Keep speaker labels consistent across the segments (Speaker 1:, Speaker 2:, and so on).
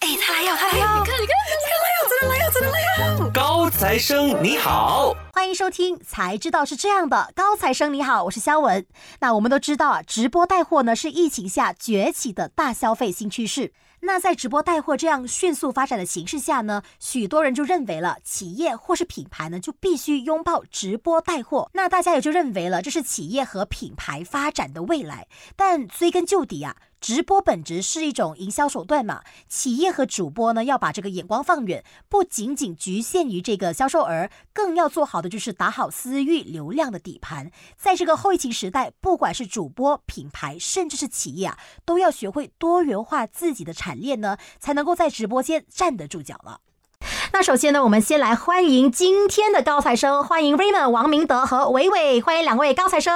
Speaker 1: 哎
Speaker 2: 他来要，他来要，你看，你看，你看，来要，真的来要，真的来要。
Speaker 3: 高材生你好，
Speaker 1: 欢迎收听，才知道是这样的。高材生你好，我是肖文。那我们都知道啊，直播带货呢是疫情下崛起的大消费新趋势。那在直播带货这样迅速发展的形势下呢，许多人就认为了企业或是品牌呢就必须拥抱直播带货。那大家也就认为了这是企业和品牌发展的未来。但追根究底啊，直播本质是一种营销手段嘛，企业和主播呢要把这个眼光放远，不仅仅局限于这个销售额，更要做好的就是打好私域流量的底盘。在这个后疫情时代，不管是主播、品牌，甚至是企业啊，都要学会多元化自己的产业呢，才能够在直播间站得住脚了。那首先呢，我们先来欢迎今天的高材生，欢迎 Raymond、王明德和伟伟，欢迎两位高材生。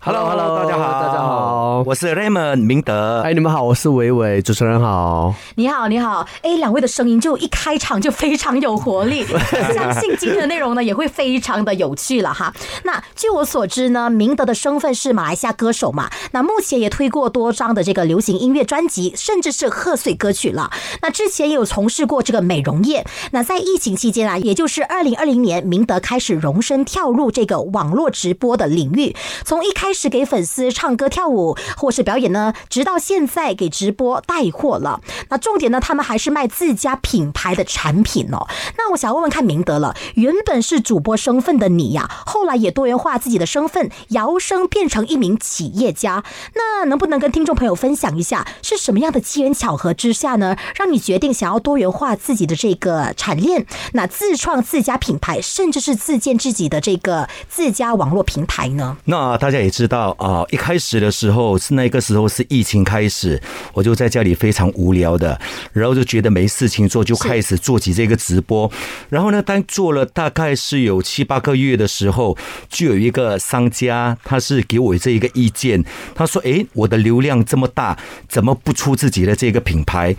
Speaker 3: Hello Hello，大家好，
Speaker 4: 大家好
Speaker 3: 我是 Raymond 明德。
Speaker 4: 哎，你们好，我是伟伟，主持人好。
Speaker 1: 你好，你好，哎，两位的声音就一开场就非常有活力，相信今天的内容呢也会非常的有趣了哈。那据我所知呢，明德的身份是马来西亚歌手嘛，那目前也推过多张的这个流行音乐专辑，甚至是贺岁歌曲了。那之前也有从事过这个美容业，那在疫情期间啊，也就是二零二零年，明德开始荣升跳入这个网络直播的领域，从一开始给粉丝唱歌跳舞或是表演呢，直到现在给直播带货了。那重点呢，他们还是卖自家品牌的产品哦。那我想问问看明德了，原本是主播身份的你呀、后来也多元化自己的身份，摇身变成一名企业家。那能不能跟听众朋友分享一下，是什么样的机缘巧合之下呢，让你决定想要多元化自己的这个产链，那自创自家品牌，甚至是自建自己的这个自家网络平台呢？
Speaker 3: 那大家也知道啊、一开始的时候是那个时候是疫情开始，我就在家里非常无聊的，然后就觉得没事情做，就开始做起这个直播。然后呢，当做了大概是有七八个月的时候，就有一个商家，他是给我这一个意见，他说：“诶，我的流量这么大，怎么不出自己的这个品牌？”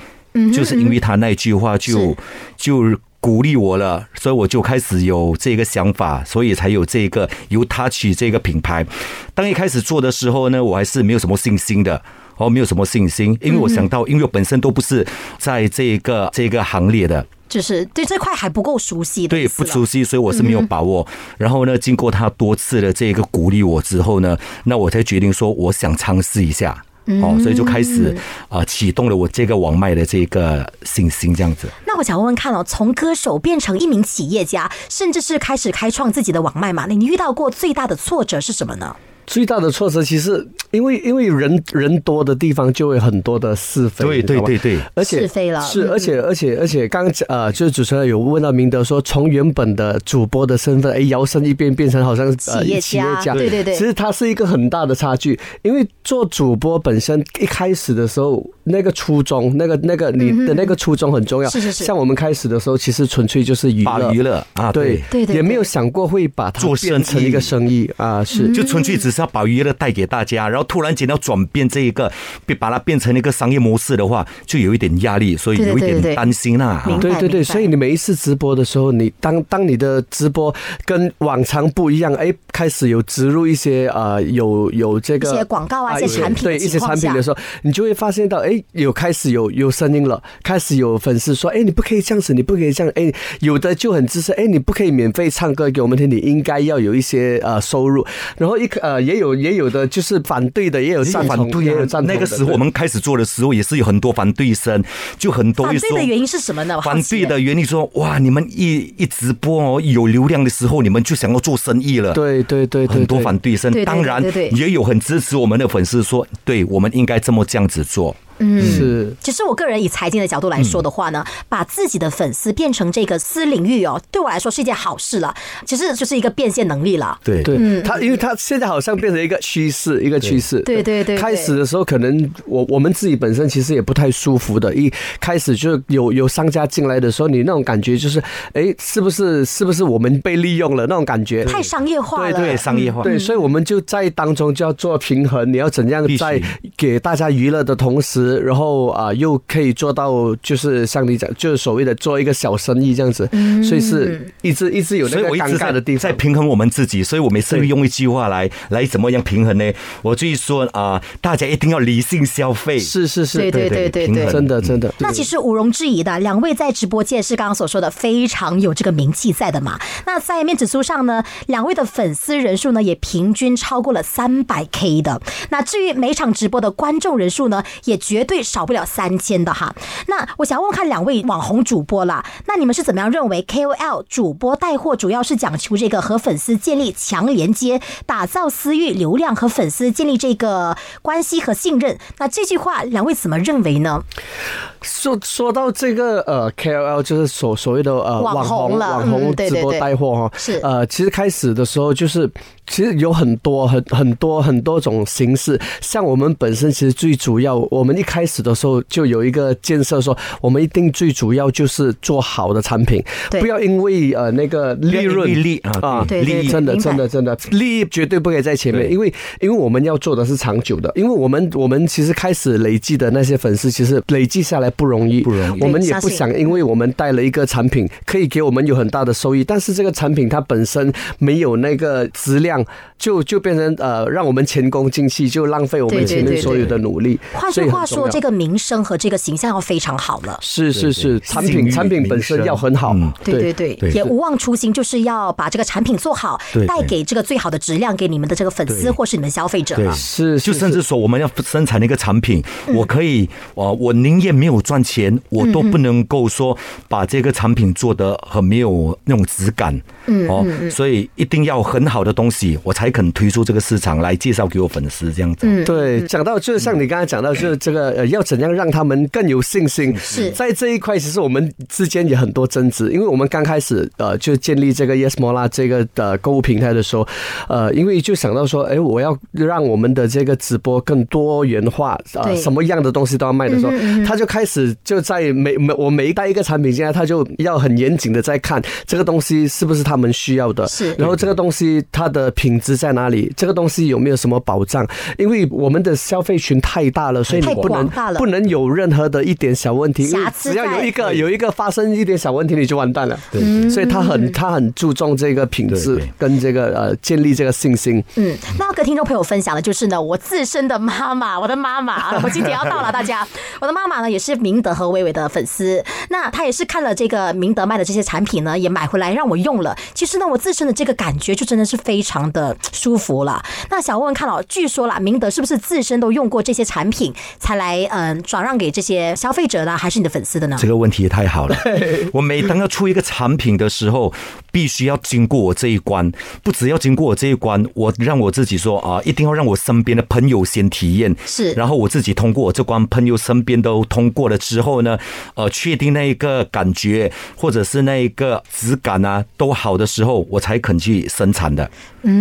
Speaker 3: 就是因为他那句话就是就鼓励我了，所以我就开始有这个想法，所以才有这个由他取这个品牌。当一开始做的时候呢，我还是没有什么信心的。哦，没有什么信心，因为我想到，因为我本身都不是在这个这个行列的，
Speaker 1: 就是对这块还不够熟悉的
Speaker 3: 对
Speaker 1: 意思
Speaker 3: 不
Speaker 1: 了，
Speaker 3: 熟悉，所以我是没有把握。然后呢，经过他多次的这个鼓励我之后呢，那我才决定说，我想尝试一下。哦，所以就开始啊、呃启动了我这个网卖的这个信心，这样子。
Speaker 1: 那我想问问看哦，从歌手变成一名企业家，甚至是开始开创自己的网卖嘛，那你遇到过最大的挫折是什么呢？
Speaker 4: 最大的挫折其实，因为因为人人多的地方就会很多的是非，
Speaker 3: 对
Speaker 4: 你知道吗
Speaker 3: 对对对
Speaker 4: 而且
Speaker 1: 是非了
Speaker 4: 是
Speaker 1: 嗯
Speaker 4: 而且而且而且刚刚呃，就是主持人有问到明德说，从原本的主播的身份，哎，摇身一变变成好像呃
Speaker 1: 企业家
Speaker 4: 企业家，
Speaker 1: 对对对
Speaker 4: 其实它是一个很大的差距，因为做主播本身一开始的时候，那个初衷，那个那个你的那个初衷很重要，
Speaker 1: 嗯是是是
Speaker 4: 像我们开始的时候，其实纯粹就是娱
Speaker 3: 把
Speaker 4: 乐
Speaker 3: 娱乐啊，
Speaker 4: 对
Speaker 1: 对对
Speaker 4: 也没有想过会把它
Speaker 3: 做
Speaker 4: 变成
Speaker 3: 生意
Speaker 4: 一个生意啊，是。
Speaker 3: 就纯粹只是要把娱乐带给大家，然后突然间要转变这一个，被把它变成一个商业模式的话，就有一点压力，所以
Speaker 1: 对对
Speaker 3: 有一
Speaker 1: 对对
Speaker 3: 点
Speaker 1: 对
Speaker 3: 担心啦、啊
Speaker 1: 明白
Speaker 4: 对对对，
Speaker 1: 明白
Speaker 4: 所以你每一次直播的时候，你当当你的直播跟往常不一样，哎，开始有植入一些呃有有这个
Speaker 1: 一些广告啊一些
Speaker 4: 有
Speaker 1: 产品的
Speaker 4: 对一
Speaker 1: 情
Speaker 4: 些
Speaker 1: 况
Speaker 4: 产品
Speaker 1: 下
Speaker 4: 的时候，你就会发现到，哎，有开始有有声音了，开始有粉丝说，哎，你不可以这样子，你不可以这样，哎，有的就很支持，哎，你不可以免费唱歌给我们听，你应该要有一些呃收入，然后一呃也有也有的就是反对的，也有赞
Speaker 3: 反
Speaker 4: 同，
Speaker 3: 对
Speaker 4: 也有
Speaker 3: 啊
Speaker 4: 赞，同的
Speaker 3: 那个时候
Speaker 4: 对
Speaker 3: 我们开始做的时候，也是有很多反对声，就很多
Speaker 1: 反
Speaker 3: 会
Speaker 1: 对
Speaker 3: 说
Speaker 1: 的原因是什么呢？我好
Speaker 3: 反
Speaker 1: 奇
Speaker 3: 对的原因说，哇，你们一一直播哦，有流量的时候，你们就想要做生意了。
Speaker 4: 对对对对
Speaker 3: 很多
Speaker 4: 对
Speaker 3: 反对声，
Speaker 1: 对对
Speaker 3: 当然
Speaker 1: 对对对
Speaker 3: 也有很支持我们的粉丝说，对我们应该这么这样子做。
Speaker 4: 是。
Speaker 1: 其实我个人以财经的角度来说的话呢，
Speaker 3: 嗯
Speaker 1: 把自己的粉丝变成这个私领域哦，对我来说是一件好事了，其实就是一个变现能力了。
Speaker 3: 对
Speaker 4: 对，它因为它现在好像变成一个趋势，一个趋势。
Speaker 1: 嗯对对对对
Speaker 4: 开始的时候，可能我我们自己本身其实也不太舒服的，一开始就有有商家进来的时候，你那种感觉就是，哎，是不是是不是我们被利用了那种感觉？
Speaker 3: 嗯
Speaker 1: 太商业化了，
Speaker 4: 对对
Speaker 3: 商业化。
Speaker 4: 对，所以我们就在当中就要做平衡，你要怎样
Speaker 3: 必须
Speaker 4: 在给大家娱乐的同时，时，然后啊、又可以做到就是像你讲，就是所谓的做一个小生意这样子，
Speaker 1: 嗯
Speaker 4: 所以是一直一直有那
Speaker 3: 所以
Speaker 4: 个
Speaker 3: 我一
Speaker 4: 尴
Speaker 3: 直
Speaker 4: 尬
Speaker 3: 在
Speaker 4: 的地
Speaker 3: 在
Speaker 4: 方。
Speaker 3: 平衡我们自己，所以我每次会用一句话来来怎么样平衡呢？我就说啊、大家一定要理性消费，
Speaker 4: 是是是，
Speaker 1: 对对对对
Speaker 3: 平衡
Speaker 4: 嗯真的真的。
Speaker 1: 那其实毋庸置疑的，两位在直播界是刚刚所说的非常有这个名气在的嘛。那在面指数上呢，两位的粉丝人数呢也平均超过了三百 K 的。那至于每场直播的观众人数呢，也绝对少不了三千的哈。那我想问问看两位网红主播啦，那你们是怎么样认为 KOL 主播带货主要是讲求这个和粉丝建立强连接，打造私域流量和粉丝建立这个关系和信任？那这句话两位怎么认为呢？
Speaker 4: 说说到这个呃 KOL 就是所所谓的呃
Speaker 1: 网
Speaker 4: 网
Speaker 1: 红
Speaker 4: 红
Speaker 1: 了
Speaker 4: 网
Speaker 1: 嗯
Speaker 4: 红
Speaker 1: 对
Speaker 4: 直播
Speaker 1: 对对
Speaker 4: 带货哈，
Speaker 1: 是
Speaker 4: 呃其实开始的时候就是其实有很多很很多很多种形式，像我们本身其实最主要，我们一开始的时候就有一个建设说，我们一定最主要就是做好的产品，
Speaker 1: 对
Speaker 4: 不要因为呃那个利润
Speaker 3: 利利啊，
Speaker 1: 对对
Speaker 3: 利益
Speaker 4: 真的，
Speaker 1: 明白
Speaker 4: 真的，真的，利益绝对不可以在前面，
Speaker 3: 对
Speaker 4: 因为因为我们要做的是长久的，因为我们我们其实开始累积的那些粉丝，其实累积下来不容易，
Speaker 3: 不容易
Speaker 4: 我们
Speaker 1: 对
Speaker 4: 也
Speaker 1: 相
Speaker 4: 不
Speaker 1: 信
Speaker 4: 想，因为我们带了一个产品，可以给我们有很大的收益，但是这个产品它本身没有那个质量，就就变成呃，让我们前功尽弃，就浪费我
Speaker 1: 对
Speaker 4: 们
Speaker 1: 对
Speaker 4: 前面
Speaker 1: 对
Speaker 4: 所有的努力。
Speaker 1: 换
Speaker 4: 所
Speaker 1: 句
Speaker 4: 以很
Speaker 1: 话
Speaker 4: 重
Speaker 1: 说，
Speaker 4: 要
Speaker 1: 这个名声和这个形象要非常好了。
Speaker 4: 是是是，产
Speaker 3: 信
Speaker 4: 品
Speaker 3: 誉
Speaker 4: 产品本身
Speaker 3: 名声
Speaker 4: 要很好
Speaker 3: 嗯，
Speaker 1: 对对
Speaker 3: 对
Speaker 1: 也无忘初心，就是要把这个产品做好
Speaker 3: 对，对
Speaker 1: 带给这个最好的质量给你们的这个粉丝
Speaker 3: 对
Speaker 1: 或是你们消费者
Speaker 3: 对
Speaker 1: 了。
Speaker 4: 是
Speaker 3: 就是甚至说我们要生产的一个产品，我可以，
Speaker 1: 嗯
Speaker 3: 我我宁愿没有赚钱，我都不能够说把这个产品做得很没有那种质感，
Speaker 1: 嗯
Speaker 3: 哦，所以一定要很好的东西，我才肯推出这个市场来介绍给我粉丝这样子。
Speaker 1: 嗯
Speaker 4: 对，讲到就是像你刚才讲到，就是这个呃，要怎样让他们更有信心？
Speaker 1: 是
Speaker 4: 在这一块，其实我们之间也很多争执，因为我们刚开始呃，就建立这个 Yes Mola 这个呃购物平台的时候，呃，因为就想到说，哎，我要让我们的这个直播更多元化，
Speaker 1: 对嗯
Speaker 4: 呃，什么样的东西都要卖的时候，他就开始就在每每我每带一个产品进来，他就要很严谨的在看这个东西是不是他们需要的，
Speaker 1: 是
Speaker 4: 然后这个东西它的品质在哪里？这个东西有没有什么保障？因为我们的消费群太大了，所以
Speaker 1: 太
Speaker 4: 你不
Speaker 1: 广
Speaker 4: 能
Speaker 1: 大了
Speaker 4: 不能有任何的一点小问题，因为
Speaker 1: 瑕疵
Speaker 4: 只要
Speaker 1: 在
Speaker 4: 有一个有一个发生一点小问题，你就完蛋了。
Speaker 1: 嗯
Speaker 4: 对，所以他很他很注重这个品
Speaker 3: 对
Speaker 4: 质
Speaker 3: 对
Speaker 4: 跟这个呃建立这个信心。
Speaker 1: 嗯，那要跟听众朋友分享的就是呢，我自身的妈妈， 我的妈妈啊，我今天要到了，大家， 我的妈妈呢也是明德和薇薇的粉丝，那她也是看了这个明德卖的这些产品呢，也买回来让我用了。其实呢，我自身的这个感觉就真的是非常的舒服了。那想问问看哦，据说啦，明德是不是自身都用过这些产品才来嗯转让给这些消费者呢，还是你的粉丝的呢？
Speaker 3: 这个问题也太好了。我每当要出一个产品的时候，必须要经过我这一关，不只要经过我这一关，我让我自己说啊，一定要让我身边的朋友先体验，
Speaker 1: 是
Speaker 3: 然后我自己通过我这关，朋友身边都通过了之后呢，呃，确定那一个感觉或者是那一个质感啊都好的时候，我才肯去生产的。
Speaker 1: 嗯，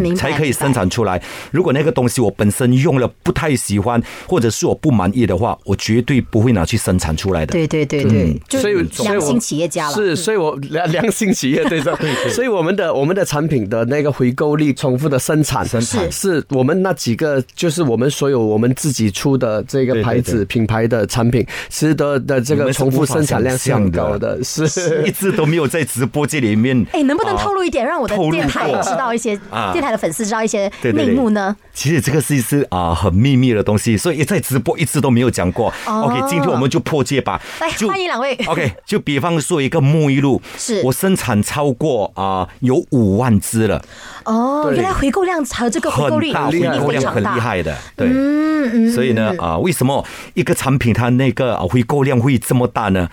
Speaker 1: 明白，
Speaker 3: 才可以
Speaker 1: 明白
Speaker 3: 生产出来。如果那个东西我本身用了不太喜欢，或者是我不满意的话，我绝对不会拿去生产出来的。
Speaker 1: 对对对对，就
Speaker 4: 嗯所以所以
Speaker 1: 良
Speaker 4: 我
Speaker 1: 心企业家了。嗯
Speaker 4: 是，所以我良良心企业对的， 所以我们的我们的产品的那个回购率、重复的生产、生
Speaker 1: 产
Speaker 4: 是我们那几个，就是我们所有我们自己出的这个
Speaker 3: 对对
Speaker 4: 牌子
Speaker 3: 对
Speaker 4: 品牌的产品，其实的的这
Speaker 3: 我
Speaker 4: 个
Speaker 3: 们是
Speaker 4: 重复
Speaker 3: 无法
Speaker 4: 生产量是
Speaker 3: 想象
Speaker 4: 很
Speaker 3: 的
Speaker 4: 高的，是。
Speaker 3: 一直都没有在直播间里面。
Speaker 1: 哎，能不能
Speaker 3: 啊
Speaker 1: 透露一点，让我的
Speaker 3: 透露
Speaker 1: 电台
Speaker 3: 过
Speaker 1: 知道一些，
Speaker 3: 啊
Speaker 1: 电台的粉丝知道一些
Speaker 3: 对对
Speaker 1: 内
Speaker 3: 对
Speaker 1: 幕呢？
Speaker 3: 其实这个是是啊很秘密的东西，所以在直播一直都没有讲过。
Speaker 1: 哦
Speaker 3: OK，今天我们就破戒吧。
Speaker 1: 来
Speaker 3: 就
Speaker 1: 欢迎两位
Speaker 3: OK，就比方说一个沐浴露，
Speaker 1: 是
Speaker 3: 我生产超过啊、有五万支了，
Speaker 1: 哦，
Speaker 4: 对
Speaker 1: 原来回购量还有这个回购率
Speaker 3: 很
Speaker 1: 一
Speaker 3: 大，回
Speaker 4: 厉害
Speaker 1: 定
Speaker 3: 购
Speaker 1: 非
Speaker 3: 量
Speaker 1: 常
Speaker 3: 很厉
Speaker 1: 大。
Speaker 3: 害的。对，嗯嗯。所以呢啊，为什么一个产品它那个啊回购量会这么大呢？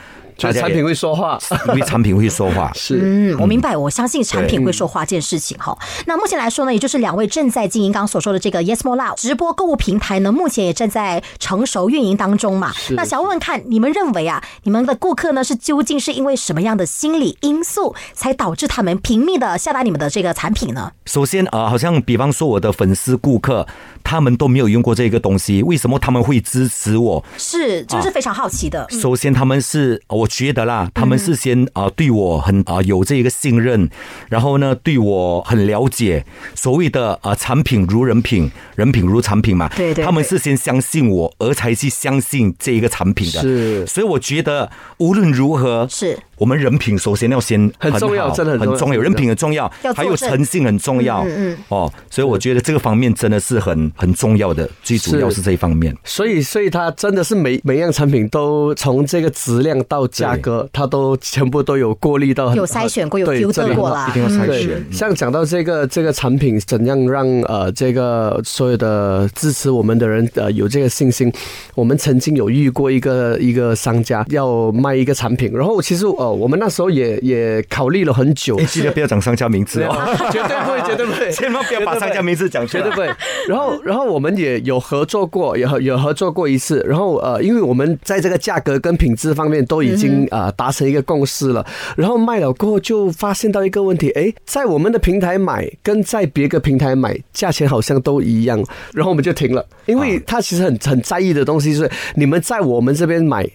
Speaker 3: 大
Speaker 4: 就是
Speaker 3: 家
Speaker 4: 产
Speaker 3: 也
Speaker 4: 品会说话，
Speaker 3: 因为产品会说话。
Speaker 4: 是
Speaker 1: 嗯，我明白，我相信产品会说话这件事情哈。那目前来说呢，也就是两位正在经营刚刚所说的这个 Yes More Love 直播购物平台呢，目前也正在成熟运营当中嘛。那想问问看，你们认为啊，你们的顾客呢是究竟是因为什么样的心理因素，才导致他们拼命的下单你们的这个产品呢？
Speaker 3: 首先啊、好像比方说我的粉丝顾客，他们都没有用过这个东西，为什么他们会支持我？啊
Speaker 1: 是，就是非常好奇的。嗯嗯
Speaker 3: 首先，他们是我觉得啦，他们是先啊、呃对我很啊、呃有这一个信任，然后呢对我很了解，所谓的啊、呃产品如人品，人品如产品嘛，
Speaker 1: 对对
Speaker 3: 他们
Speaker 1: 对
Speaker 3: 是先相信我，而才去相信这一个产品的，
Speaker 4: 是
Speaker 3: 所以我觉得无论如何
Speaker 1: 是。
Speaker 3: 我们人品首先要先
Speaker 4: 很
Speaker 3: 好
Speaker 4: 重要真的很重要
Speaker 3: 很重要，人品很重要
Speaker 1: 要，
Speaker 3: 还有
Speaker 1: 作证
Speaker 3: 诚信很重要。
Speaker 1: 嗯嗯
Speaker 3: 哦，所以我觉得这个方面真的是很很重要的，最主要
Speaker 4: 是
Speaker 3: 是这一方
Speaker 1: 嗯
Speaker 3: 面。
Speaker 4: 所以，所以它真的是每每样产品都从这个质量到价格，它都全部都有过滤到很，
Speaker 1: 有筛选过有
Speaker 4: 对
Speaker 1: filter
Speaker 4: 这里
Speaker 1: 过啦
Speaker 3: 一定要筛
Speaker 4: 对
Speaker 3: 选，。
Speaker 4: 嗯像讲到这个这个产品怎样让呃这个所有的支持我们的人呃有这个信心，我们曾经有遇过一个一个商家要卖一个产品，然后其实呃我们那时候也也考虑了很久
Speaker 3: 哎，，记得不要讲商家名字哦，
Speaker 4: 哎 绝对不会，绝对不会，
Speaker 3: 千万不要把商家名字讲出
Speaker 4: 绝
Speaker 3: 来
Speaker 4: 对。不会。然后，然后我们也有合作过，也合有合作过一次。然后呃，因为我们在这个价格跟品质方面都已
Speaker 1: 嗯
Speaker 4: 经啊、呃达成一个共识了。然后卖了过后，就发现到一个问题，哎，在我们的平台买跟在别个平台买价钱好像都一样，然后我们就停了，因
Speaker 1: 哦
Speaker 4: 为他其实很很在意的东西是你们在我们这边买。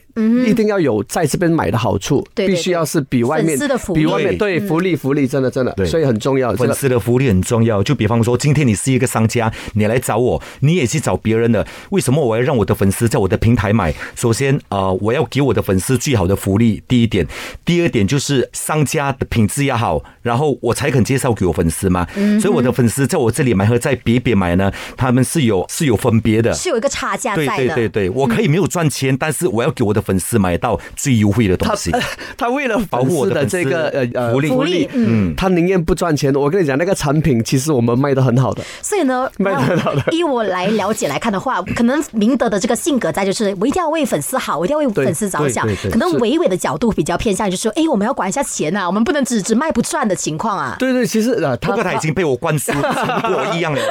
Speaker 4: 一定要有在这边买的好处，
Speaker 1: 嗯对对
Speaker 4: 必须要是比外面
Speaker 1: 粉丝的福利嗯
Speaker 4: 比外面对福利福利真的真的，
Speaker 3: 对
Speaker 4: 所以很重要。这
Speaker 3: 粉
Speaker 4: 个
Speaker 3: 丝的福利很重要，就比方说，今天你是一个商家，你来找我，你也去找别人的，为什么我要让我的粉丝在我的平台买？首先，呃，我要给我的粉丝最好的福利，第一点；第二点就是商家的品质要好，然后我才肯介绍给我粉丝嘛。
Speaker 4: 嗯
Speaker 3: 所以我的粉丝在我这里买和在别别买呢，他们是有是有分别的。
Speaker 1: 是有一个差价在
Speaker 3: 对
Speaker 1: 的。
Speaker 3: 对对对，我可以没有赚钱，
Speaker 4: 嗯
Speaker 3: 但是我要给我的粉丝买到最优惠的东西。
Speaker 4: 他为了
Speaker 3: 保
Speaker 4: 粉
Speaker 3: 护我的
Speaker 4: 丝的
Speaker 3: 粉
Speaker 4: 这
Speaker 3: 丝
Speaker 4: 个呃呃
Speaker 3: 福利福
Speaker 1: 利
Speaker 4: 嗯，他宁愿不赚钱。我跟你讲，那个产品其实我们卖的很好的，
Speaker 1: 所以呢，
Speaker 4: 卖得很好的
Speaker 1: 依我来了解来看的话，可能明德的这个性格在就是我一定要为粉丝好，我一定要为粉丝着想
Speaker 3: 对对对。
Speaker 1: 可能伟伟的角度比较偏向于就是说，哎，我们要管一下钱啊，我们不能只只卖不赚的情况啊。
Speaker 4: 对对，其实啊，呃
Speaker 3: 不
Speaker 4: 他
Speaker 3: 过他已经被我灌 输成跟我一样了。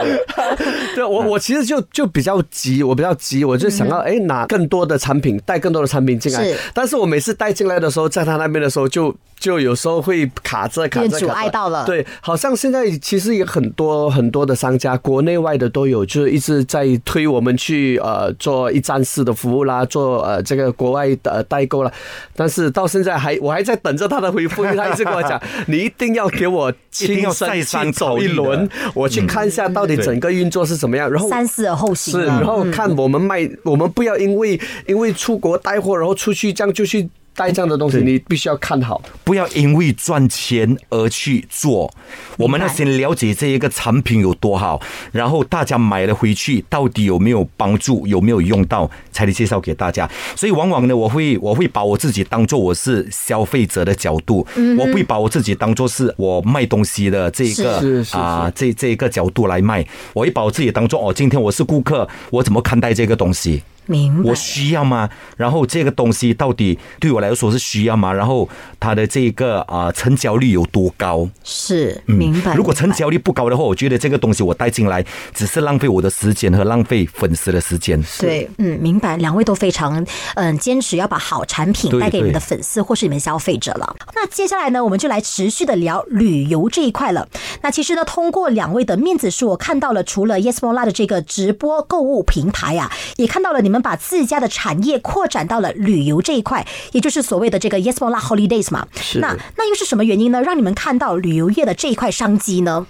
Speaker 4: 对啊我我其实就就比较急，我比较急，我就
Speaker 3: 嗯
Speaker 4: 想要哎拿更多的产品，带更多的产品进来
Speaker 1: 是。
Speaker 4: 但是我每次带进来的时候，在他那边的时候就。就有时候会卡着卡
Speaker 1: 有
Speaker 4: 着，
Speaker 1: 点阻
Speaker 4: 卡着
Speaker 1: 碍到了
Speaker 4: 对，好像现在其实也很多很多的商家，国内外的都有，就是一直在推我们去呃做一站式的服务啦，做呃这个国外的、呃、代购啦。但是到现在还我还在等着他的回复，因为他一直跟 我讲，你一定要给我
Speaker 3: 定
Speaker 4: 亲
Speaker 3: 要
Speaker 4: 身
Speaker 3: 再
Speaker 4: 去
Speaker 3: 三
Speaker 4: 走
Speaker 3: 考
Speaker 4: 一
Speaker 3: 虑的
Speaker 4: 轮， 我去看一下到底
Speaker 3: 对
Speaker 4: 整个运作是怎么样，然后
Speaker 1: 三思而后行
Speaker 4: 是，
Speaker 1: 啊
Speaker 4: 然后看我们卖，我们不要因为因为出国带货，然后出去这样就去带这样的东西，你必须要看好。
Speaker 3: 不要因为赚钱而去做，我们要先了解这一个产品有多好，然后大家买了回去到底有没有帮助，有没有用到，才能介绍给大家。所以往往呢，我会我会把我自己当做我是消费者的角度，
Speaker 4: 嗯
Speaker 3: 我不会把我自己当做是我卖东西的这一个
Speaker 4: 是是是
Speaker 3: 啊这这一个角度来卖，我会把我自己当做哦，今天我是顾客，我怎么看待这个东西？
Speaker 1: 明白
Speaker 3: 我。需要吗？然后这个东西到底对我来说是需要吗？然后它的这个啊、呃成交率有多高？
Speaker 1: 是，明白。
Speaker 3: 如果成
Speaker 1: 明白
Speaker 3: 交率不高的话，我觉得这个东西我带进来只是浪费我的时间和浪费粉丝的时间。
Speaker 1: 对，嗯，明白，两位都非常嗯坚持要把好产品
Speaker 3: 对
Speaker 1: 带给你们的
Speaker 3: 对
Speaker 1: 粉丝或是你们消费者了。那接下来呢，我们就来持续的聊旅游这一块了。那其实呢，通过两位的面子书，我看到了除了 Yesmola 的这个直播购物平台啊，也看到了你们把自家的产业扩展到了旅游这一块，也就是所谓的这个 Yesmola Holidays 嘛。
Speaker 4: 是
Speaker 1: 那那又是什么原因呢，让你们看到旅游业的这一块商机呢？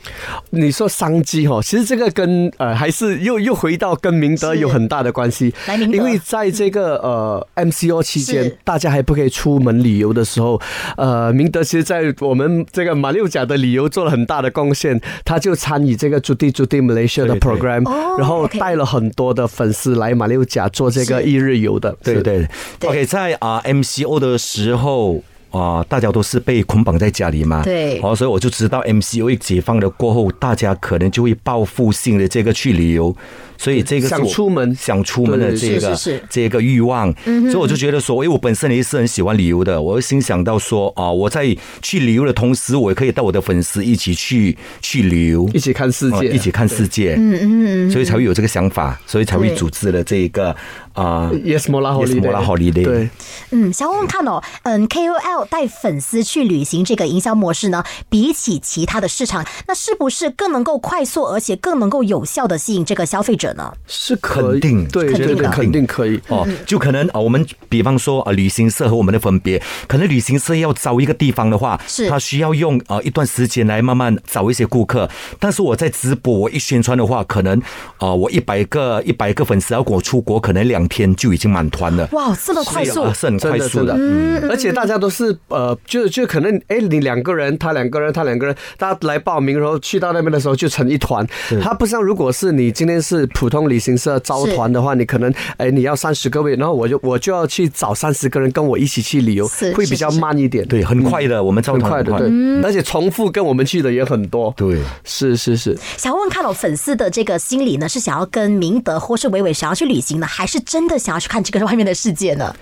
Speaker 4: 你说商机哈，其实这个跟呃还是又又回到跟明德
Speaker 1: 是
Speaker 4: 有很大的关系
Speaker 1: 来，明德
Speaker 4: 因为在这个呃 MCO 期间
Speaker 1: 是，
Speaker 4: 大家还不可以出门旅游的时候，呃，明德其实在我们这个马六甲的旅游做了很大的贡献，他就参与这个 Judy Judy Malaysia 的
Speaker 3: 对对
Speaker 4: program，
Speaker 1: 哦
Speaker 4: 然后
Speaker 1: OK
Speaker 4: 带了很多的粉丝来马六甲做这个
Speaker 1: 是
Speaker 4: 一日游的，
Speaker 3: 对
Speaker 4: 是
Speaker 3: 对
Speaker 1: 对
Speaker 3: o k 在啊、MCO 的时候。啊、大家都是被捆绑在家里嘛，哦
Speaker 1: 对
Speaker 3: 好、所以我就知道 MCO 一解放了过后，大家可能就会报复性的这个去旅游，所以这个是
Speaker 4: 想
Speaker 3: 我
Speaker 4: 出门
Speaker 3: 想出门的这
Speaker 1: 是
Speaker 3: 个
Speaker 1: 是是
Speaker 3: 这个欲望，所以我就觉得说，哎，我本身也是很喜欢旅游的，我就心想到说，啊、我在去旅游的同时，我也可以带我的粉丝一起去去旅游，
Speaker 4: 一起看世
Speaker 3: 啊
Speaker 4: 界，
Speaker 3: 一起看世界，嗯嗯嗯，所以才会有这个想法，所以才会
Speaker 1: 对
Speaker 3: 组织了这一个啊。
Speaker 4: Yes Mola
Speaker 3: Yes
Speaker 4: Holiday
Speaker 3: Mola Holiday
Speaker 4: 对，
Speaker 1: 嗯，想问问看哦，嗯，KOL 带粉丝去旅行这个营销模式呢，比起其他的市场，那是不是更能够快速而且更能够有效的吸引这个消费者呢？
Speaker 4: 是可
Speaker 3: 肯
Speaker 4: 以
Speaker 3: 定
Speaker 4: 对
Speaker 1: 肯定
Speaker 4: 对对，
Speaker 1: 的
Speaker 4: 肯定可以。
Speaker 1: 嗯
Speaker 3: 哦，就可能啊、我们比方说啊、旅行社和我们的分别，可能旅行社要招一个地方的话，
Speaker 1: 是
Speaker 3: 它需要用啊、一段时间来慢慢找一些顾客。但是我在直播，我一宣传的话，可能啊、我一百个一百个粉丝要跟我出国，可能两天就已经满团了。
Speaker 1: 哇，这么快
Speaker 3: 是
Speaker 1: 速
Speaker 3: 啊，是很
Speaker 4: 真
Speaker 3: 快
Speaker 4: 的
Speaker 3: 速
Speaker 4: 真的，
Speaker 1: 嗯
Speaker 4: 而且大家都是呃，就就可能哎，你两个人，他两个人，他两个人，大家来报名，然后去到那边的时候就成一团。他不像如果是你今天是普通旅行社招团的话，你可能哎你要三十个位，然后我就我就要去找三十个人跟我一起去旅游
Speaker 1: 是，
Speaker 4: 会比较
Speaker 1: 是嗯是
Speaker 4: 慢一点，嗯
Speaker 3: 对，很快的，我们招
Speaker 4: 很
Speaker 3: 团
Speaker 4: 快的，
Speaker 3: 团
Speaker 4: 对，而且重复跟我们去的也很多。
Speaker 3: 对。
Speaker 4: 是是是，
Speaker 1: 想要问看到粉丝的这个心理呢，是想要跟明德或是伟伟想要去旅行呢，还是真的想要去看这个外面的世界呢？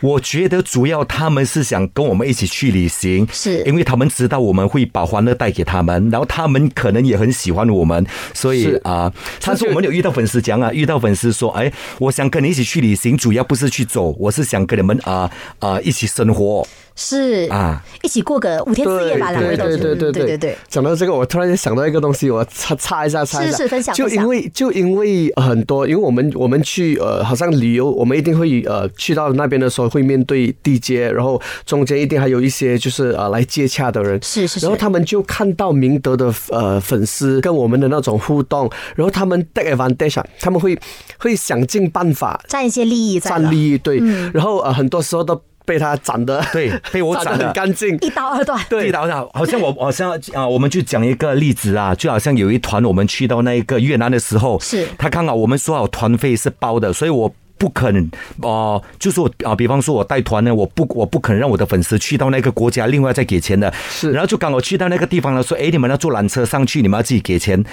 Speaker 3: 我觉得主要他们是想跟我们一起去旅行，
Speaker 1: 是
Speaker 3: 因为他们知道我们会把欢乐带给他们，然后他们可能也很喜欢我们，所以
Speaker 4: 是
Speaker 3: 啊，上次
Speaker 4: 就
Speaker 3: 我们有遇到粉丝讲啊，遇到粉丝说，哎，我想跟你一起去旅行，主要不是去走，我是想跟你们啊啊一起生活
Speaker 1: 是
Speaker 3: 啊，
Speaker 1: 一起过个五天四哎夜吧，两位
Speaker 4: 对
Speaker 1: 都
Speaker 4: 对
Speaker 1: 是
Speaker 4: 对
Speaker 1: 嗯对
Speaker 4: 对
Speaker 1: 对对。
Speaker 4: 讲到这个，我突然间想到一个东西，我插插一下，插一下。
Speaker 1: 是是分享
Speaker 4: 就
Speaker 1: 分享
Speaker 4: 因为就因为呃很多，因为我们我们去呃，好像旅游，我们一定会呃去到那边的时候会面对地接，然后中间一定还有一些就是呃来接洽的人。
Speaker 1: 是是是
Speaker 4: 然后他们就看到明德的呃粉丝跟我们的那种互动，然后他们 take advantage，啊他们会会想尽办法
Speaker 1: 占一些利益在了嗯
Speaker 4: 占利益，对。然后呃很多时候都被他斩的，
Speaker 3: 对被我
Speaker 4: 斩
Speaker 3: 斩
Speaker 4: 的
Speaker 3: 了
Speaker 4: 很干净。
Speaker 1: 一刀二断。
Speaker 3: 对的，好像好像我好像啊，我们就讲一个例子啊，就好像有一团我们去到那个越南的时候，
Speaker 1: 是
Speaker 3: 他刚好我们说好团费是包的，所以我。不肯哦、就是我啊、比方说我带团呢，我不我不肯让我的粉丝去到那个国家，另外再给钱的。
Speaker 4: 是
Speaker 3: 然后就刚好去到那个地方了，说哎，你们要坐缆车上去，你们要自己给钱。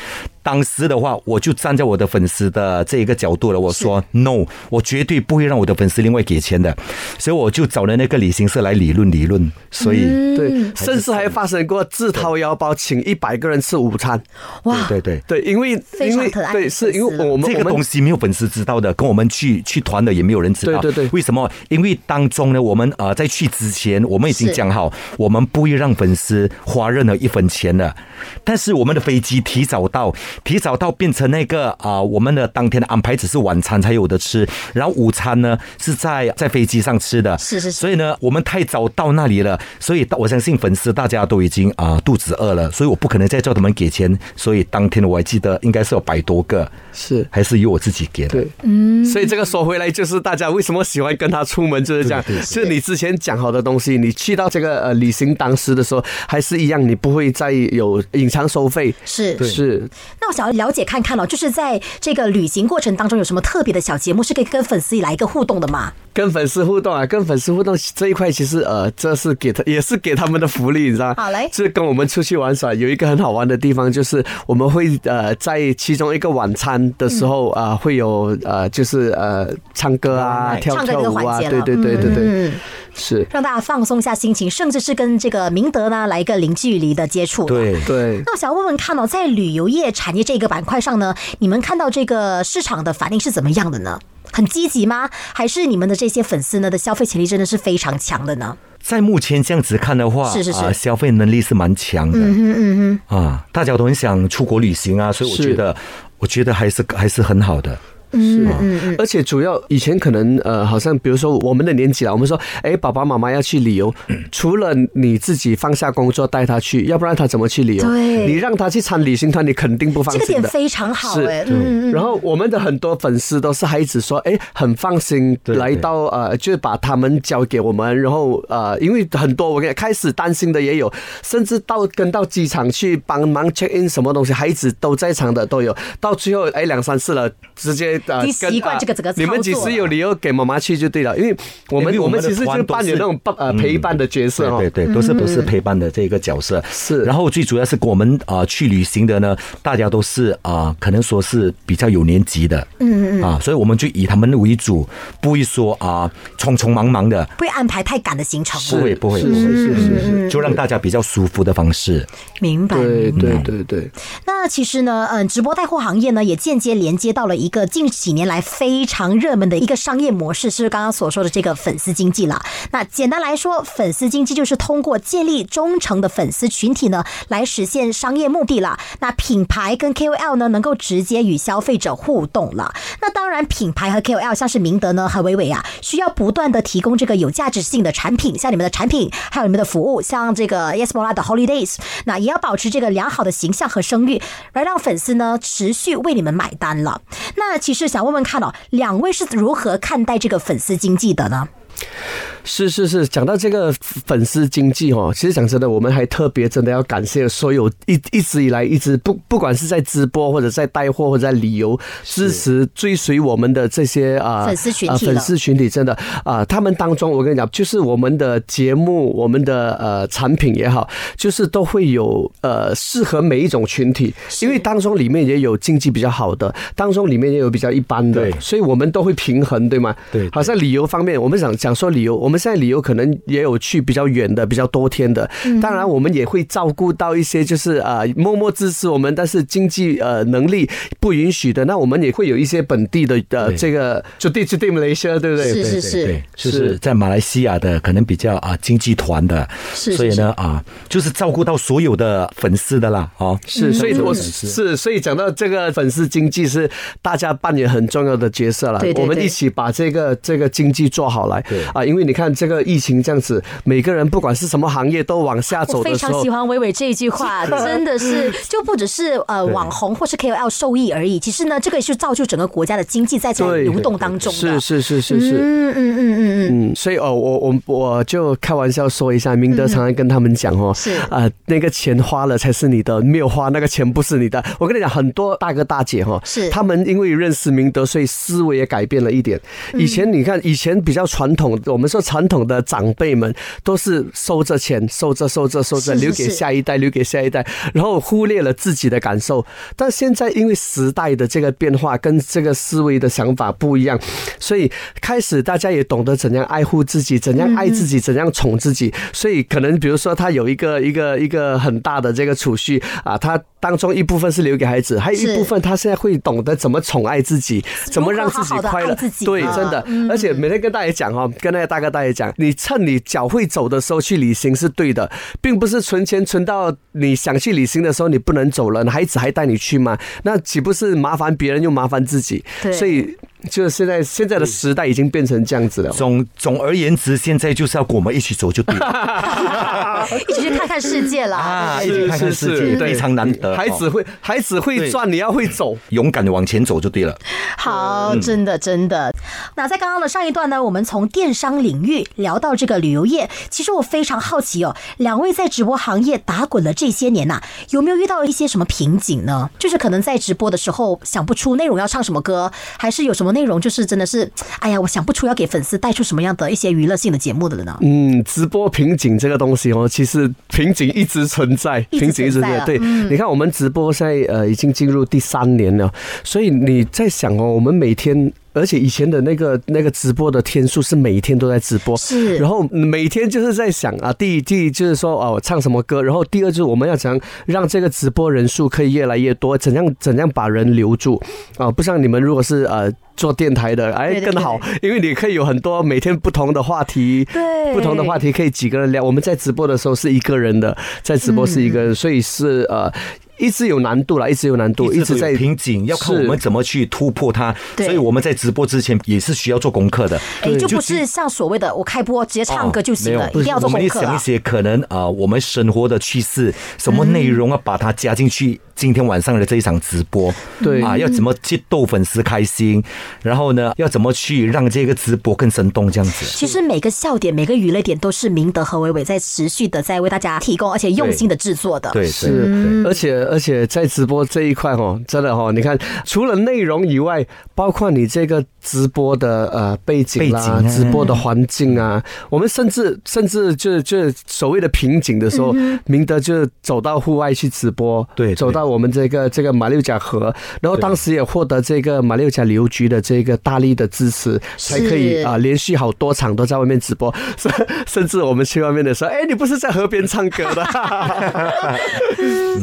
Speaker 3: 当时的话，我就站在我的粉丝的这一个角度了，我说 no，我绝对不会让我的粉丝另外给钱的，所以我就找了那个旅行社来理论理论。所以，
Speaker 1: 嗯
Speaker 4: 嗯对，甚至还发生过自掏腰包请一百个人吃午餐。
Speaker 1: 哇，
Speaker 3: 对对。
Speaker 4: 对，因为
Speaker 1: 非常
Speaker 4: 因为
Speaker 1: 可爱
Speaker 4: 对，是因为我们
Speaker 3: 这
Speaker 4: 我
Speaker 3: 个
Speaker 4: 们
Speaker 3: 东西没有粉丝知道的，跟我们去去团的也没有人知道。
Speaker 4: 对对对
Speaker 3: 为什么？因为当中呢，我们呃在去之前，我们已经
Speaker 1: 是
Speaker 3: 讲好，我们不会让粉丝花任何一分钱的。但是我们的飞机提早到，提早到变成那个啊、我们的当天的安排只是晚餐才有的吃，然后午餐呢是在在飞机上吃的。
Speaker 1: 是是是
Speaker 3: 所以呢，我们太早到那里了，所以我相信粉丝大家都已经啊、肚子饿了，所以我不可能再叫他们给钱。所以当天我还记得应该是有百多个。
Speaker 4: 是
Speaker 3: 还是由我自己给的。
Speaker 4: 对，嗯，所以这个说回来，就是大家为什么喜欢跟他出门，就是这样，就是你之前讲好的东西，你去到这个呃旅行当时的时候，还是一样，你不会再有隐藏收费。
Speaker 1: 是。
Speaker 4: 是，
Speaker 1: 那我想要了解看看哦，就是在这个旅行过程当中，有什么特别的小节目是可以跟粉丝来一个互动的吗？
Speaker 4: 跟粉丝互动啊，跟粉丝互动这一块，其实呃，这是给他也 是给他们的福利，你知道吗？
Speaker 1: 好嘞
Speaker 4: 就是跟我们出去玩耍有一个很好玩的地方，就是我们会呃在其中一个晚餐的时
Speaker 1: 嗯
Speaker 4: 候啊、呃会有呃就是呃唱歌啊、跳
Speaker 1: 哦唱歌
Speaker 4: 跳
Speaker 1: 这个
Speaker 4: 舞啊，
Speaker 1: 环节
Speaker 4: 对
Speaker 1: 了
Speaker 4: 对对对对，
Speaker 1: 嗯，
Speaker 4: 是，
Speaker 1: 让大家放松一下心情，甚至是跟这个明德呢来一个零距离的接触。。
Speaker 3: 对，
Speaker 4: 对。
Speaker 1: 那我想要问问看哦，在旅游业产业这个板块上呢，你们看到这个市场的反应是怎么样的呢？很积极吗？还是你们的这些粉丝呢的消费潜力真的是非常强的呢？
Speaker 3: 在目前这样子看的话，
Speaker 1: 是是是
Speaker 3: 啊消费能力是蛮强的。嗯嗯嗯啊，大家都很想出国旅行啊，所以我
Speaker 4: 是嗯
Speaker 3: 觉得，我觉得还是还是很好的。啊
Speaker 4: 是，
Speaker 1: 嗯
Speaker 4: 而且主要以前可能呃，好像比如说我们的年纪了，我们说，哎，爸爸妈妈要去旅游，
Speaker 1: 嗯
Speaker 4: 除了你自己放下工作带他去，要不然他怎么去旅游？
Speaker 1: 对
Speaker 4: 你让他去参旅行团，你肯定不放
Speaker 1: 这
Speaker 4: 心
Speaker 1: 个
Speaker 4: 的。
Speaker 1: 点非常好
Speaker 4: 是
Speaker 1: 哎、嗯，
Speaker 4: 然后我们的很多粉丝都是孩子说，哎，很放心
Speaker 3: 对
Speaker 4: 来到呃，就是把他们交给我们，然后呃，因为很多我跟你开始担心的也有，甚至到跟到机场去帮忙 check in 什么东西，孩子都在场的都有，到最后哎两三次了，直接呃
Speaker 1: 你
Speaker 4: 跟
Speaker 1: 习惯
Speaker 4: 呃
Speaker 1: 这个整个操作
Speaker 4: 你们几时有理由给妈妈去就对了，因为我
Speaker 3: 因
Speaker 4: 们
Speaker 3: 为我
Speaker 4: 我
Speaker 3: 们的
Speaker 4: 们其实就
Speaker 3: 团
Speaker 4: 是
Speaker 3: 都
Speaker 4: 扮演
Speaker 3: 是
Speaker 4: 那种帮呃陪伴的角色哦，
Speaker 3: 对对对，都是都是陪伴的这个角色。
Speaker 4: 是
Speaker 3: 然后最主要是跟我们啊、去旅行的呢，大家都是啊、可能说是比较有年纪的，嗯嗯啊，所以我们就以他们为主，不会说啊、匆匆忙忙的，
Speaker 1: 不会安排太赶的行程哦
Speaker 3: 不
Speaker 1: 了。
Speaker 3: 会不会，嗯
Speaker 4: 是是是是
Speaker 3: 就让大家比较舒服的方式。
Speaker 1: 明白。
Speaker 4: 嗯对对对对。
Speaker 1: 呃那其实呢，嗯，直播带货行业呢也间接连接到了一个竞几年来非常热门的一个商业模式，是刚刚所说的这个粉丝经济了。那简单来说，粉丝经济就是通过建立忠诚的粉丝群体呢，来实现商业目的了。那品牌跟 KOL 呢，能够直接与消费者互动了。那当然，品牌和 KOL 像是明德呢和伟伟啊，需要不断的提供这个有价值性的产品，像你们的产品，还有你们的服务，像这个 Yesmola 的 Holidays，那也要保持这个良好的形象和声誉，来让粉丝呢持续为你们买单了。那其实想问问看哦，两位是如何看待这个粉丝经济的呢？
Speaker 4: 是是是，讲到这个粉丝经济哦，其实讲真的，我们还特别真的要感谢所有一一直以来一直不不管是在直播或者在带货或者在旅游支持追随我们的这些啊、
Speaker 1: 粉丝群体
Speaker 4: 啊
Speaker 1: 了
Speaker 4: 粉丝群体真的啊、他们当中我跟你讲，就是我们的节目、我们的呃产品也好，就是都会有呃适合每一种群体，因为当中里面也有经济比较好的，当中里面也有比较一般的
Speaker 3: 对，
Speaker 4: 所以我们都会平衡，对吗？
Speaker 3: 对对
Speaker 4: 好像旅游方面，我们想讲说旅游，我们现在旅游可能也有去比较远的、比较多天的。当然，我们也会照顾到一些就是呃默默支持我们，但是经济呃能力不允许的，那我们也会有一些本地的呃
Speaker 3: 对
Speaker 4: 这个就地就地马来西亚，对不对？
Speaker 1: 是
Speaker 3: 对
Speaker 1: 是
Speaker 3: 对
Speaker 1: 是
Speaker 3: 对，就是在马来西亚的可能比较啊经济团的，
Speaker 1: 是
Speaker 3: 所以呢啊，就是照顾到所有的粉丝的啦，哦，
Speaker 1: 嗯
Speaker 4: 是，所以我
Speaker 3: 粉丝
Speaker 4: 是所以讲到这个粉丝经济是大家扮演很重要的角色了。
Speaker 1: 对对对
Speaker 4: 我们一起把这个这个经济做好来。
Speaker 3: 对
Speaker 4: 啊，因为你看这个疫情这样子，每个人不管是什么行业都往下走
Speaker 1: 我非
Speaker 4: 的时
Speaker 1: 常
Speaker 4: 候
Speaker 1: 喜，欢伟伟这一句 话，真的是就不只是呃
Speaker 3: 对
Speaker 1: 网红或是 KOL 受益而已，其实呢，这个也是造就整个国家的经济在这
Speaker 4: 对
Speaker 1: 流动当中的。
Speaker 4: 是是是是是。
Speaker 1: 嗯嗯嗯嗯嗯，
Speaker 4: 嗯，所以哦，我我我就开玩笑说一下，明德常常跟他们讲哦，
Speaker 1: 是
Speaker 4: 啊、那个钱花了才是你的，没有花那个钱不是你的。我跟你讲，很多大哥大姐哈、哦，
Speaker 1: 是
Speaker 4: 他们因为认识明德，所以思维也改变了一点。
Speaker 1: 嗯
Speaker 4: 以前你看，以前比较传统，我们说传统的长辈们都是收着钱，收着收着收着，
Speaker 1: 是是
Speaker 4: 留给
Speaker 1: 是
Speaker 4: 下一代，留给下一代，然后忽略了自己的感受。但现在因为时代的这个变化，跟这个思维的想法不一样，所以开始大家也懂得怎样爱护自己，怎样爱自己，怎样宠自己。所以可能比如说他有一个一个一个很大的这个储蓄啊，他当中一部分是留给孩子，还有
Speaker 1: 是
Speaker 4: 一部分他现在会懂得怎么宠爱自己，怎么让自己
Speaker 1: 如何好好地
Speaker 4: 快
Speaker 1: 爱
Speaker 4: 乐
Speaker 1: 自。己
Speaker 4: 对，
Speaker 1: 啊
Speaker 4: 真的，而且每天跟大家讲哦，跟那个大哥大爷讲，你趁你脚会走的时候去旅行是对的，并不是存钱存到你想去旅行的时候你不能走了，孩子还带你去吗？那岂不是麻烦别人又麻烦自己？
Speaker 1: 对
Speaker 4: 所以就是现在现在的时代已经变成这样子了。哦
Speaker 3: 总总而言之，现在就是要跟我们一起走就对了
Speaker 1: 一起去看看世界啦。
Speaker 3: 啊，一
Speaker 4: 是
Speaker 3: 起看看
Speaker 4: 是是
Speaker 3: 世界，
Speaker 4: 对
Speaker 3: 非常难得。
Speaker 4: 孩
Speaker 3: 哦
Speaker 4: 子会孩子会
Speaker 3: 对
Speaker 4: 转，你要会走。
Speaker 3: 勇敢的往前走就对了。
Speaker 1: 好，
Speaker 3: 嗯
Speaker 1: 真的真的。那在刚刚的上一段呢，我们从电商领域聊到这个旅游业，其实我非常好奇哦，两位在直播行业打滚了这些年呐、有没有遇到一些什么瓶颈呢？就是可能在直播的时候想不出内容要唱什么歌，还是有什么内容就是真的是，哎呀，我想不出要给粉丝带出什么样的一些娱乐性的节目的了呢？
Speaker 4: 嗯，直播瓶颈这个东西哦，其实瓶颈一直存在，
Speaker 1: 一直
Speaker 4: 瓶颈一直存
Speaker 1: 存在
Speaker 4: 在。
Speaker 1: 啊
Speaker 4: 对，你看我们直播现在呃已经进入第三年了，所以你在想哦，我们每天。而且以前的那个那个直播的天数是每天都在直播，
Speaker 1: 是
Speaker 4: 然后每天就是在想啊，第一第一就是说哦唱什么歌，然后第二就是我们要怎样让这个直播人数可以越来越多，怎样怎样把人留住啊，不像你们如果是呃做电台的，哎
Speaker 1: 对对
Speaker 4: 更好，因为你可以有很多每天不同的话题，
Speaker 1: 对
Speaker 4: 不同的话题可以几个人聊。我们在直播的时候是一个人的，在直播是一个人，所以是呃。一直有难度啦，一直有难度，一直
Speaker 3: 都有
Speaker 4: 在
Speaker 3: 瓶颈，要看
Speaker 4: 是
Speaker 3: 我们怎么去突破它。
Speaker 1: 对
Speaker 3: 所以我们在直播之前也是需要做功课的。
Speaker 1: 哎，就不
Speaker 3: 就是
Speaker 1: 像所谓的我开播直接唱歌就行了，
Speaker 3: 哦
Speaker 1: 一
Speaker 3: 没有
Speaker 1: 定要做
Speaker 3: 我们
Speaker 1: 功
Speaker 3: 也
Speaker 1: 课
Speaker 3: 想一
Speaker 1: 啊。
Speaker 3: 些可能啊、呃我们生活的趣事，什么内容啊，把它加进去。今天晚上的这一场直播，
Speaker 4: 对
Speaker 3: 啊，要怎么去逗粉丝开心？然后呢，要怎么去让这个直播更生动？这样子，
Speaker 1: 其实每个笑点、每个娱乐点都是明德和伟伟在持续的在为大家提供，而且用心的制作的。
Speaker 3: 对，对
Speaker 4: 是，而且而且在直播这一块哦，真的哦，你看除了内容以外，包括你这个直播的呃背景啦、
Speaker 3: 背景啊嗯
Speaker 4: 直播的环境啊，我们甚至甚至就就所谓的瓶颈的时候，明德就走到户外去直播，
Speaker 3: 嗯对对
Speaker 4: 走到我们这个这个马六甲河，然后当时也获得这个马六甲旅游局的这个大力的支持，才可以
Speaker 1: 是
Speaker 4: 啊、连续好多场都在外面直播， 甚甚
Speaker 1: 嗯
Speaker 4: 至我们去外面的时候，哎，你不是在河边唱歌的？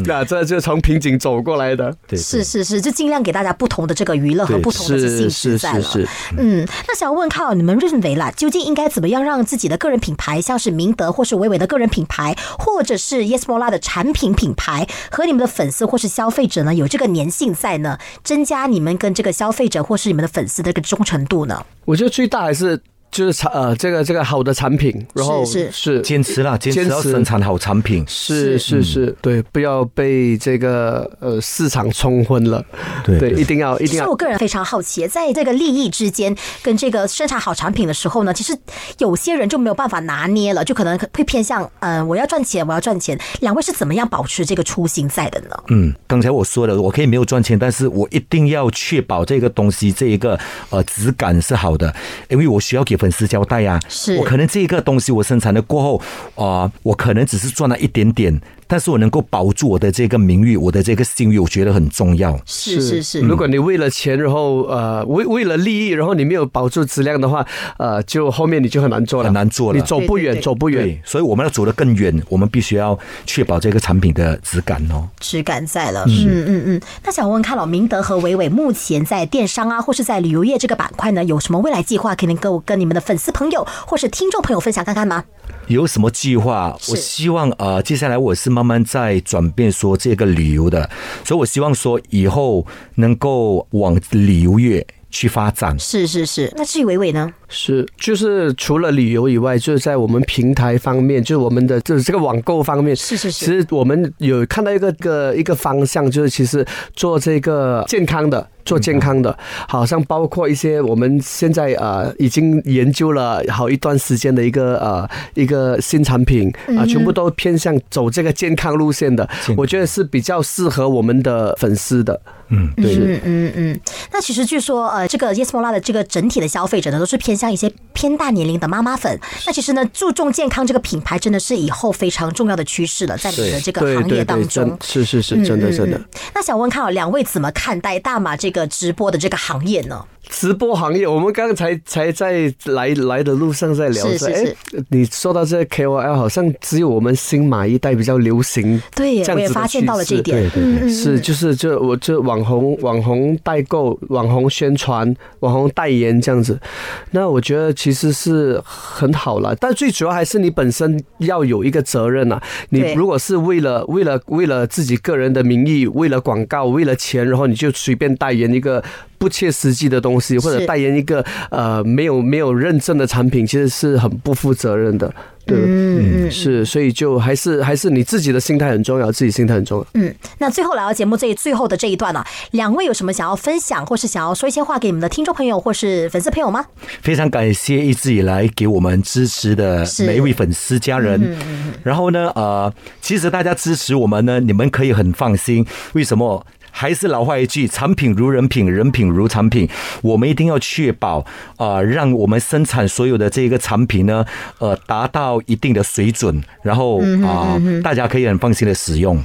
Speaker 4: 那这就的从瓶颈走过来的。
Speaker 3: 对，
Speaker 1: 是是是，就尽量给大家不同的这个娱乐和
Speaker 3: 对
Speaker 1: 不同的这性质
Speaker 4: 是是
Speaker 1: 在了。
Speaker 4: 是是，
Speaker 1: 嗯，那想要问靠你们认为啦，究竟应该怎么样让自己的个人品牌，像是明德或是伟伟的个人品牌，或者是 Yes Mola 的产品品牌，和你们的粉丝或是消费者呢，有这个粘性在呢，增加你们跟这个消费者或是你们的粉丝的一个忠诚度呢？
Speaker 4: 我觉得最大还是就是产呃这个这个好的产品，然后
Speaker 1: 是
Speaker 4: 是
Speaker 3: 坚持嗯啦，坚持要生产好产品。
Speaker 4: 是是是，对，不要被这个呃市场冲昏了，
Speaker 3: 对
Speaker 4: 对，
Speaker 3: 对
Speaker 4: 一定要一
Speaker 1: 其
Speaker 4: 定
Speaker 1: 实
Speaker 4: 要
Speaker 1: 我个人非常好奇，在这个利益之间跟这个生产好产品的时候呢，其实有些人就没有办法拿捏了，就可能会偏向嗯、呃我要赚钱，我要赚钱。两位是怎么样保持这个初心在的呢？
Speaker 3: 嗯，刚才我说了，我可以没有赚钱，但是我一定要确保这个东西这一个呃质感是好的，因为我需要给粉丝交代啊。
Speaker 1: 是
Speaker 3: 我可能这个东西我生产了过后，啊、我可能只是赚了一点点，但是我能够保住我的这个名誉，我的这个信誉，我觉得很重要。
Speaker 1: 是是是，
Speaker 3: 嗯
Speaker 4: 如果你为了钱，然后呃为为了利益，然后你没有保住质量的话，呃，就后面你就很难做了，
Speaker 3: 很难做了
Speaker 4: 你走不
Speaker 1: 对对
Speaker 4: 远，
Speaker 1: 对
Speaker 4: 走不远。
Speaker 3: 对，所以我们要走得更远，我们必须要确保这个产品的质感哦。
Speaker 1: 质感在了。嗯嗯嗯。那想问看老明德和伟伟目前在电商啊，或是在旅游业这个板块呢，有什么未来计划？可以跟我跟你们的粉丝朋友或是听众朋友分享看看吗？
Speaker 3: 有什么计划？
Speaker 1: 是
Speaker 3: 我希望呃，接下来我是慢慢在转变说这个旅游的，所以我希望说以后能够往旅游业去发展。
Speaker 1: 是是是。那至于伟伟呢？
Speaker 4: 是，就是除了旅游以外，就是在我们平台方面，就是我们的就是这个网购方面，
Speaker 1: 是是是
Speaker 4: 其实我们有看到一个个一个方向，就是其实做这个健康的。做健康
Speaker 1: 嗯
Speaker 4: 的，好像包括一些我们现在呃已经研究了好一段时间的一个呃一个新产品
Speaker 1: 嗯
Speaker 4: 啊、全部都偏向走这个健康路线的，我觉得是比较适合我们的粉丝的。
Speaker 3: 嗯，对。
Speaker 1: 嗯嗯嗯。那其实据说呃，这个 Yesmola 的这个整体的消费者呢，都是偏向一些偏大年龄的妈妈粉。那其实呢，注重健康这个品牌真的是以后非常重要的趋势了，在你们的这个
Speaker 4: 对
Speaker 1: 行业
Speaker 4: 对
Speaker 1: 当
Speaker 4: 对，
Speaker 1: 中嗯
Speaker 4: 真。是是是，真的真的。
Speaker 1: 那想问看哦，两位怎么看待大马这个直播的这个行业呢？
Speaker 4: 直播行业，我们刚才才在来来的路上在聊
Speaker 1: 是
Speaker 4: 着，
Speaker 1: 是
Speaker 4: 哎，你说到这个 KOL，好像只有我们新马一代比较流行，
Speaker 1: 对耶
Speaker 4: 这样子的
Speaker 1: 我也发现到了这一点
Speaker 4: 趋势
Speaker 3: 对对对
Speaker 4: 是就是就我就网红网红代购、网红宣传、网红代言这样子，那我觉得其实是很好了，但最主要还是你本身要有一个责任啊，
Speaker 1: 对
Speaker 4: 你如果是为了为了为了自己个人的名义，为了广告，为了钱，然后你就随便代言一个不切实际的东西，或者代言一个呃没有没有认证的产品，其实是很不负责任的。对，
Speaker 1: 嗯嗯
Speaker 4: 是，所以就还是还是你自己的心态很重要，自己心态很重要。
Speaker 1: 嗯。那最后来到节目最最后的这一段呢、两位有什么想要分享，或是想要说一些话给你们的听众朋友或是粉丝朋友吗？
Speaker 3: 非常感谢一直以来给我们支持的
Speaker 1: 是
Speaker 3: 每一位粉丝家
Speaker 4: 嗯
Speaker 3: 人。然后呢，呃，其实大家支持我们呢，你们可以很放心。为什么？还是老话一句，产品如人品，人品如产品。我们一定要确保，呃，让我们生产所有的这个产品呢，呃，达到一定的水准，然后
Speaker 4: 嗯
Speaker 3: 啊、大家可以很放心的使用。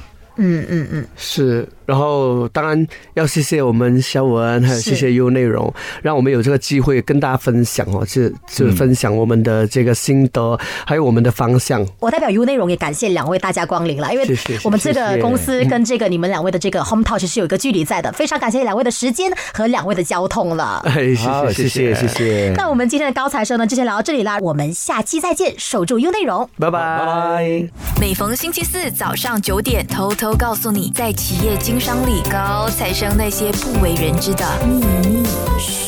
Speaker 4: 是，然后当然要谢谢我们肖文，还有
Speaker 1: 是
Speaker 4: 谢谢优内容，让我们有这个机会跟大家分享哦，是就是分享我们的这个心得，还有我们的方向。
Speaker 1: 我代表 U 内容也感谢两位大家光临了，因为
Speaker 4: 谢谢
Speaker 1: 我们这个
Speaker 4: 谢谢
Speaker 1: 公司跟这个你们两位的这个 home talk 其实有一个距离在的，非常感谢两位的时间和两位的交通了。
Speaker 4: 哎，
Speaker 3: 好
Speaker 4: 谢谢谢
Speaker 3: 谢
Speaker 4: 谢，
Speaker 3: 谢，
Speaker 1: 那我们今天的高材生呢，就先聊到这里啦，我们下期再见，守住 U 内容。
Speaker 4: 拜
Speaker 3: 拜拜。
Speaker 2: 每逢星期四早上九点，偷偷告诉你，在企业经商里，高材生那些不为人知的秘密。嘘。